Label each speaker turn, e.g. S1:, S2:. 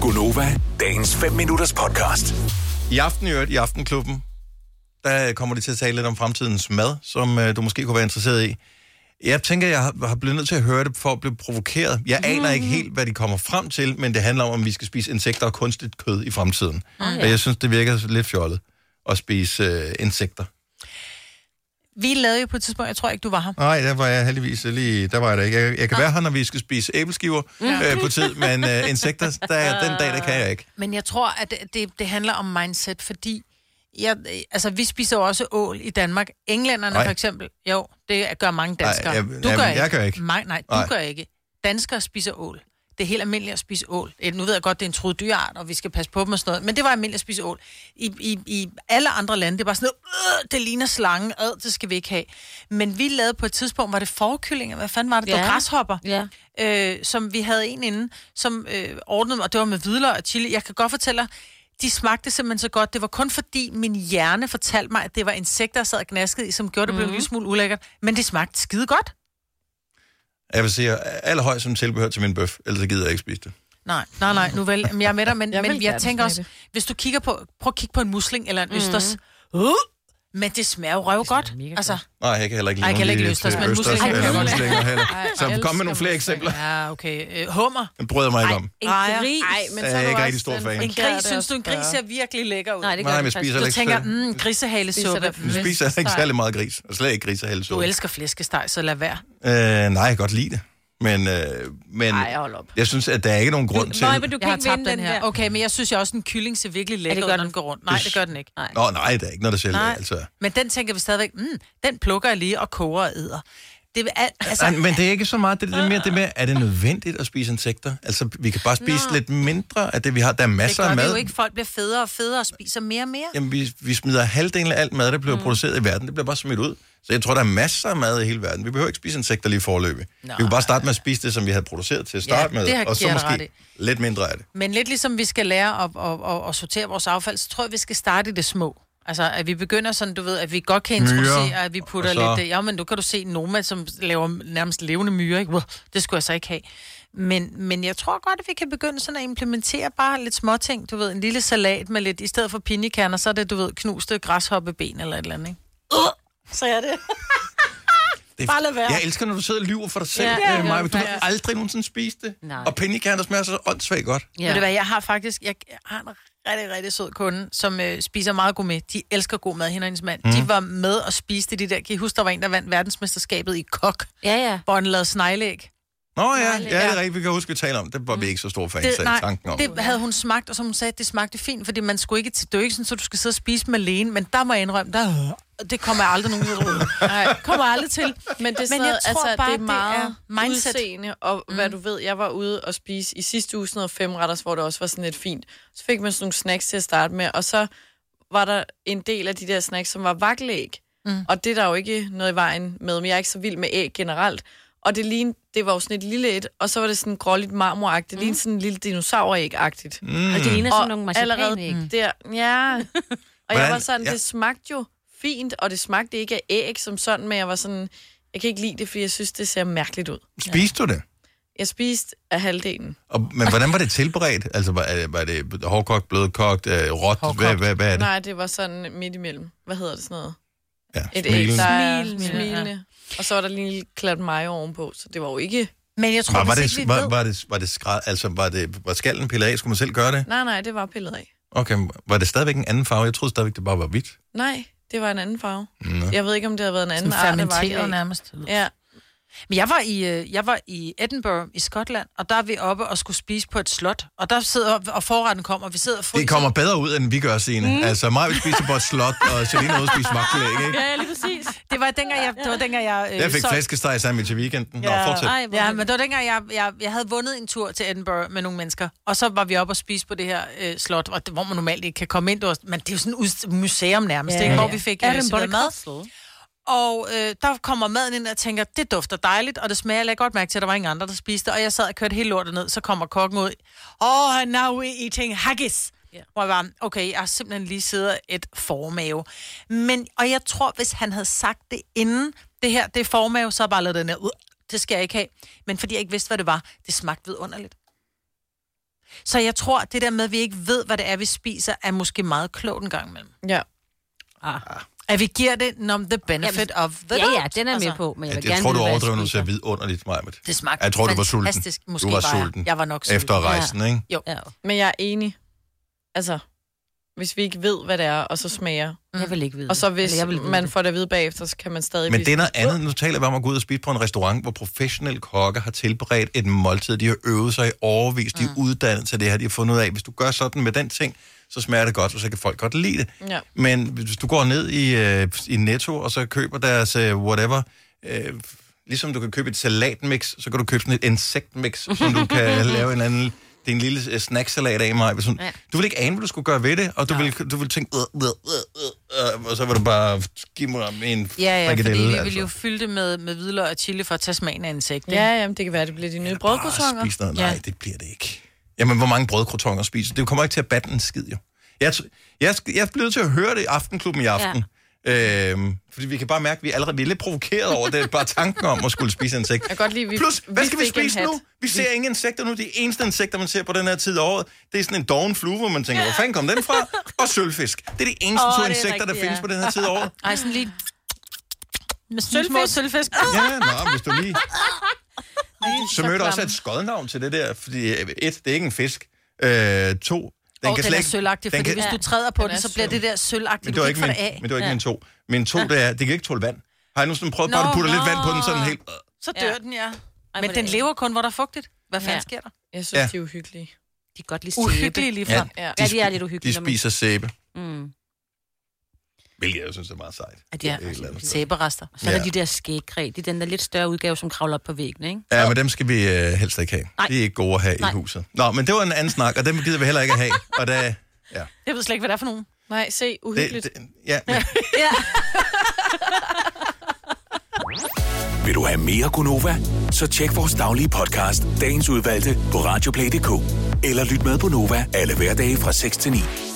S1: Gunova, dagens 5 minutters podcast.
S2: I aften i øvrigt, i Aftenklubben, der øh, kommer de til at tale lidt om fremtidens mad, som øh, du måske kunne være interesseret i. Jeg tænker, jeg har, har blevet nødt til at høre det for at blive provokeret. Jeg aner ikke helt, hvad de kommer frem til, men det handler om, om vi skal spise insekter og kunstigt kød i fremtiden. Og jeg synes, det virker lidt fjollet at spise øh, insekter.
S3: Vi lavede jo på et tidspunkt, jeg tror ikke, du var her.
S2: Nej, der var jeg heldigvis lige... Der var jeg der ikke. Jeg, jeg kan være her, når vi skal spise æbleskiver øh, på tid, men øh, insekter, der, den dag, der kan jeg ikke.
S3: Men jeg tror, at det, det handler om mindset, fordi jeg, altså, vi spiser jo også ål i Danmark. Englænderne
S2: Nej.
S3: for eksempel, jo, det gør mange danskere.
S2: jeg-
S3: du
S2: jamen,
S3: gør
S2: jeg
S3: ikke.
S2: gør ikke.
S3: Nej, nej, du
S2: Nej.
S3: gør ikke. Danskere spiser ål. Det er helt almindeligt at spise ål. Eh, Nu ved jeg godt, det er en truet dyreart, og vi skal passe på dem og sådan noget, men det var almindeligt at spise ål. I, i, i alle andre lande, det var sådan noget, øh, det ligner slangen, øh, det skal vi ikke have. Men vi lavede på et tidspunkt, var det forkyllinger, hvad fanden var det? Ja. Det var
S4: Ja.
S3: græshopper.
S4: Ja.
S3: øh, som vi havde en inden, som øh, ordnede, og det var med hvidløg og chili. Jeg kan godt fortælle dig, de smagte simpelthen så godt. Det var kun fordi min hjerne fortalte mig, at det var insekter, der sad og gnaskede i, som gjorde det mm. blev en lille smule ulækkert. Men det smagte skide godt.
S2: Jeg vil sige, allerhøjst som tilbehør til min bøf, ellers så gider jeg ikke spise det.
S3: Nej, nej, nej, nu vel. Jamen, Jeg er med dig, men jeg,
S4: Jeg vil
S3: men jeg
S4: gerne
S3: tænker
S4: smage
S3: også, hvis du kigger på, prøv at kigge på en musling eller en mm. østers. Uh, men det smager jo røv godt.
S4: mega
S3: Altså,
S2: Nej, jeg kan heller ikke
S3: Ej, jeg kan
S2: nogen
S3: heller
S2: lige
S3: ikke lide østers,
S2: til
S3: men muslinger kan jeg
S2: eller
S3: godt lide.
S2: muslinger heller.
S3: jeg
S2: Så kom med
S3: elsker
S2: nogle flere eksempler.
S3: ja, okay. Øh, hummer.
S2: Den bryder mig ikke om.
S4: En
S3: Rejer.
S4: gris.
S3: Ej,
S2: men så er Jeg er du ikke også rigtig stor en- fan. en
S3: En gris, synes du, en gris ser virkelig lækker ud?
S4: Nej, det gør
S2: Nej,
S4: det
S2: men
S4: faktisk.
S2: spiser
S3: Du
S2: heller ikke
S3: tænker,
S2: selv.
S3: mm, grisehalesuppe.
S4: Spiser
S2: Nu spiser jeg ikke særlig meget gris, og slet ikke
S3: Du
S2: grisehalesuppe.
S3: elsker flæskesteg, så lad være.
S2: Øh, nej, jeg kan godt lide det. Men, øh, men
S4: Ej, hold op.
S2: jeg synes, at der er ikke nogen grund til...
S4: Nøj, men du
S3: Jeg
S4: kan
S3: har
S4: ikke vinde
S3: tabt
S4: den,
S3: den her.
S4: der.
S3: Okay, men jeg synes jo også, en kylling ser virkelig
S4: Ja,
S3: lækker
S4: det
S3: ud,
S4: gør
S3: når den
S4: den.
S3: går rundt. Nej, det gør den ikke.
S4: Nej.
S2: Nå, nej, der er ikke noget, der sælger.
S3: Nej.
S2: Altså.
S3: Men den tænker vi stadigvæk, mm, den plukker jeg lige og koger og æder. Det er, al- altså,
S2: Nej, men det er ikke så meget. Det er det mere det med, er det nødvendigt at spise insekter? Altså, vi kan bare spise Nå. lidt mindre af det, vi har. Der er
S3: det
S2: masser
S3: gør
S2: af
S3: vi
S2: altså, mad.
S3: jo ikke. Folk bliver federe og federe og spiser mere og mere.
S2: Jamen, vi, vi smider halvdelen af alt mad, der bliver mm. produceret i verden. Det bliver bare smidt ud. Så jeg tror, der er masser af mad i hele verden. Vi behøver ikke spise insekter lige forløbig. Vi kan bare starte med at spise det, som vi havde produceret til at
S3: Ja,
S2: starte
S3: det
S2: med,
S3: har-
S2: og så
S3: giver jeg dig
S2: måske lidt mindre af det.
S3: Men lidt ligesom vi skal lære at, at, at, at sortere vores affald, så tror jeg, vi skal starte i det små. Altså, at vi begynder sådan, du ved, at vi godt kan
S2: Myrer,
S3: introducere, at vi putter
S2: og så-
S3: så... lidt... øh, Ja, men du kan du se Noma, som laver nærmest levende myrer, ikke? Wow, Det skulle jeg så ikke have. Men, men jeg tror godt, at vi kan begynde sådan at implementere bare lidt småting. Du ved, en lille salat med lidt... I stedet for pinjekerner, så er det, du ved, knuste græshoppeben eller et eller andet, ikke?
S4: Så er det.
S2: det
S4: Bare lad være.
S2: Jeg elsker, når du sidder og lyver for dig selv,
S4: Ja,
S2: ja,
S4: ja,
S2: øh, Maja.
S4: ja.
S2: Du har aldrig nogensinde spist det.
S4: Nej.
S2: Og pinjekerner smager så åndssvagt godt.
S3: Ja. Ved du hvad, jeg har faktisk, jeg har en rigtig, rigtig sød kunde, som øh, spiser meget god med. De elsker god mad, hende og hendes mand. Mm.
S2: Mhm.
S3: De var med og spiste det der. Kan I huske, der var en, der vandt verdensmesterskabet i kok,
S4: Ja, ja.
S3: hvor han lavede sneglæg?
S2: Nå ja, ja
S4: lidt.
S2: det er rigtigt. Vi kan huske, vi taler om det. Det var vi ikke så store fans af
S3: nej,
S2: tanken om. Det...
S3: det havde hun smagt, og som hun sagde, det smagte fint, fordi man skulle ikke til døksen, så du skal sidde og spise dem alene. Men der må jeg indrømme, der, det kommer jeg aldrig nogen ud af. Nej, kommer jeg aldrig til.
S5: Men det er,
S3: Men
S5: sådan,
S3: jeg
S5: noget-
S3: tror
S5: altså,
S3: bare,
S5: det er meget
S3: det er mindset.
S5: udseende, og mm. hvad du ved, jeg var ude og spise i sidste uge sådan noget femretters, hvor det også var sådan lidt fint. Så fik man sådan nogle snacks til at starte med, og så var der en del af de der snacks, som var vakleæg. Mm. Og det er der jo ikke noget i vejen med, men jeg er ikke så vild med æg generelt. Og det, lignede, det var jo sådan et lille et, og så var det sådan gråligt marmoragtigt, mm. lignede sådan en lille dinosauræg-agtigt. Mm.
S4: Og det ligner sådan nogle
S5: Og allerede
S6: Mm.
S5: Mm.
S4: marcipanæg.
S5: der, ja. Og jeg var
S2: Hvordan-
S5: sådan,
S2: ja.
S5: ja. det smagte jo fint, og det smagte ikke af æg som sådan, men jeg var sådan, jeg kan ikke lide det, for jeg synes, det ser mærkeligt ud.
S2: Spiste du det?
S5: Jeg spiste af halvdelen.
S2: Og, men hvordan var det tilberedt? Altså, var, øh, var det hårdkogt, blødkogt, øh, råt? Hvad, hvad, hvad er det?
S5: Nej, det var sådan midt imellem. Hvad hedder det sådan noget?
S2: Ja,
S5: Et æg,
S2: smilen.
S5: der er
S3: Smilende.
S5: smilende. smilende. Og så var der lige en lille klat mayo ovenpå, så det var jo ikke...
S3: Men jeg tror,
S2: Var, var,
S3: hvis
S2: det,
S3: ikke vi
S2: var,
S3: ved-
S2: var, det, var det skræd, altså var, det, var skallen pillet af? Skulle man selv gøre det?
S5: Nej, nej, det var pillet af.
S2: Okay, var det stadigvæk en anden farve? Jeg troede stadigvæk, det bare var hvidt.
S5: Nej, det var en anden farve.
S2: Nå.
S5: Jeg ved ikke, om det havde været en anden
S3: Sådan
S5: art. af
S3: fermenteret
S5: vakleæg.
S3: nærmest.
S5: Ja,
S3: Men jeg var, i, øh, jeg var i Edinburgh i Skotland, og der er vi oppe og skulle spise på et slot. Og der sidder, og forretten kommer, og vi sidder og fryser.
S2: Det kommer bedre ud, end vi gør, Signe. Mm. Altså, mig vil spise på et slot, og Selina vil spise magtelæg, ikke?
S4: Ja, lige præcis.
S3: Det var dengang, jeg, det var dengang, jeg, øh,
S2: Jeg fik
S3: solgte-
S2: flæskesteg sandwich i weekenden. Nå,
S3: Ja.
S2: fortsæt.
S4: Ej, hvor
S3: Ja, men det var dengang, jeg, jeg, jeg havde vundet en tur til Edinburgh med nogle mennesker, og så var vi oppe og spise på det her øh, slot, hvor, hvor man normalt ikke kan komme ind. Det var, men det er jo sådan et udst- museum nærmest, ja,
S4: Ja,
S3: ikke, hvor
S4: ja.
S3: vi fik øh, serveret mad. Og øh, der kommer maden ind, og jeg tænker, det dufter dejligt, og det smager. Jeg lagde godt mærke til, at der var ingen andre, der spiste det, og jeg sad og kørte hele lortet ned, så kommer kokken ud. Oh, now we're eating haggis. Yeah. Hvor jeg var, okay, jeg har simpelthen lige siddet et formave. Men, og jeg tror, hvis han havde sagt det inden, det her, det er formave, så har jeg bare lavet den her ud. Det skal jeg ikke have. Men fordi jeg ikke vidste, hvad det var, det smagte vidunderligt. Så jeg tror, det der med, at vi ikke ved, hvad det er, vi spiser, er måske meget klogt en gang imellem.
S5: Ja.
S3: Ah. At vi giver det nom the benefit Jamen, of the
S6: ja, ja,
S3: doubt, Altså.
S6: den er jeg med på, men jeg
S2: Jeg,
S6: vil
S2: jeg
S6: gerne
S2: tror, du
S6: vide, hvad jeg
S2: overdrev nu
S6: spiser.
S2: til vidunderligt, Majbet.
S3: Det smagte
S2: Jeg tror, du var sulten.
S3: fantastisk. Måske
S2: du var,
S3: var jeg.
S2: sulten.
S3: Jeg var nok sulten.
S2: Efter rejsen, ikke?
S3: Jo.
S6: Ja.
S5: Men jeg er enig. Altså, hvis vi ikke ved, hvad det er, og så smager.
S6: Jeg vil ikke vide
S5: Og så
S6: det.
S5: hvis
S6: Mm. Eller jeg vil vide
S5: man
S6: det.
S5: får det at vide bagefter, så kan man stadig
S2: Men
S5: blive
S2: det er noget andet. Nu taler vi om at gå ud og spise på en restaurant, hvor professionelle kokke har tilberedt et måltid. De har øvet sig i overvis. De er
S5: Mm.
S2: uddannet til det her. De har fundet ud af, hvis du gør sådan med den ting, så smager det godt, og så kan folk godt lide det.
S5: Ja.
S2: Men hvis du går ned i, øh, i Netto, og så køber deres øh, whatever... Øh, ligesom du kan købe et salatmix, så kan du købe sådan et insektmix, som du kan lave en anden din lille øh, snacksalat af mig. Ja. Du vil ikke ane, hvad du skulle gøre ved det, og du, vil, du vil tænke, øh, øh, øh, øh, og så vil du bare give mig en
S3: Ja, ja, fordi
S2: frikadelle,
S3: vi ville jo fylde det med, med hvidløg og chili for at tage smagen af insekt. ikke?
S5: Ja, jamen, det kan være, det bliver de nye brødkrotonger.
S2: Bare spis noget. Nej,
S3: Ja.
S2: det bliver det ikke. Jamen, hvor mange brødkrotonger spiser? Det kommer ikke til at batte en skid, jo. Jeg, t- jeg, sk- jeg bliver nødt til at høre det i Aftenklubben i aften. Ja. Øhm, fordi vi kan bare mærke, at vi er allerede vi er lidt provokeret over det. Bare tanken om at skulle spise insekt.
S5: Jeg kan godt lide, vi,
S2: Plus, hvad
S5: vi
S2: skal vi
S5: fik en
S2: spise
S5: hat.
S2: nu? Vi ser ingen insekter nu. De eneste insekter, man ser på den her tid af året, det er sådan en doven flue, hvor man tænker, hvor fanden kom den fra? Og sølvfisk. Det er de eneste
S3: Åh,
S2: oh, to
S3: det er
S2: insekter, der
S3: rigtigt,
S2: findes
S3: ja.
S2: på den her tid af året.
S3: Ej, sådan lige... Med sølvfisk.
S5: Sølvfisk.
S3: sølvfisk.
S2: Ja, nå, hvis du lige... Så mødte også
S5: klamme.
S2: et skodnavn til det der, fordi øh, et, det er ikke en fisk. Øh, to,
S3: Den, den er sølvagtig,
S2: den
S3: fordi
S2: kan-
S3: hvis du træder på
S5: Den
S3: den,
S5: er
S3: så bliver det der sølvagtigt.
S2: men
S3: Du
S2: det var
S3: kan
S2: ikke
S3: ikke få
S2: min,
S3: det af.
S2: men det var ikke ja. min to. Min to, det er, det kan ikke tåle vand. Har jeg nu sådan prøvet
S3: Nå,
S2: bare at putte
S3: nå.
S2: lidt vand på den sådan helt...
S3: Så dør
S6: Ja.
S3: den, ja.
S6: Ej,
S3: Men
S6: hvor
S3: den
S6: det-
S3: lever kun, hvor der er fugtigt. Hvad fanden
S6: Ja.
S3: sker der?
S5: Jeg synes,
S2: Ja.
S5: ja. de er uhyggelige.
S6: De kan godt lide sæbe.
S3: Uhyggeligt lige frem.
S5: Ja.
S6: Ja, de er
S2: spi-
S6: lidt
S2: De
S6: uhyggelige. når man-
S2: spiser sæbe,
S6: Mm.
S2: hvilket jeg synes er meget sejt.
S6: Ja, de er
S2: Et eller andet sted.
S3: Sæberester.
S6: Så er der
S2: Ja.
S6: de der skægkræ. Det er den der lidt større udgave, som kravler op på væggen, ikke?
S2: Ja, men dem skal vi øh, helst ikke have.
S6: Nej.
S2: De er ikke gode at have
S6: Nej.
S2: i huset. Nå, men det var en anden snak, og dem gider vi heller ikke at have. Og da, ja,
S3: Jeg ved slet ikke, hvad det er for nogen.
S5: Nej, se,
S2: det,
S5: uhyggeligt.
S2: det, ja, men
S6: Ja.
S1: Vil du have mere Gunova? Så tjek vores daglige podcast, dagens udvalgte, på radioplay.dk. Eller lyt med på Nova alle hverdage fra 6 til 9.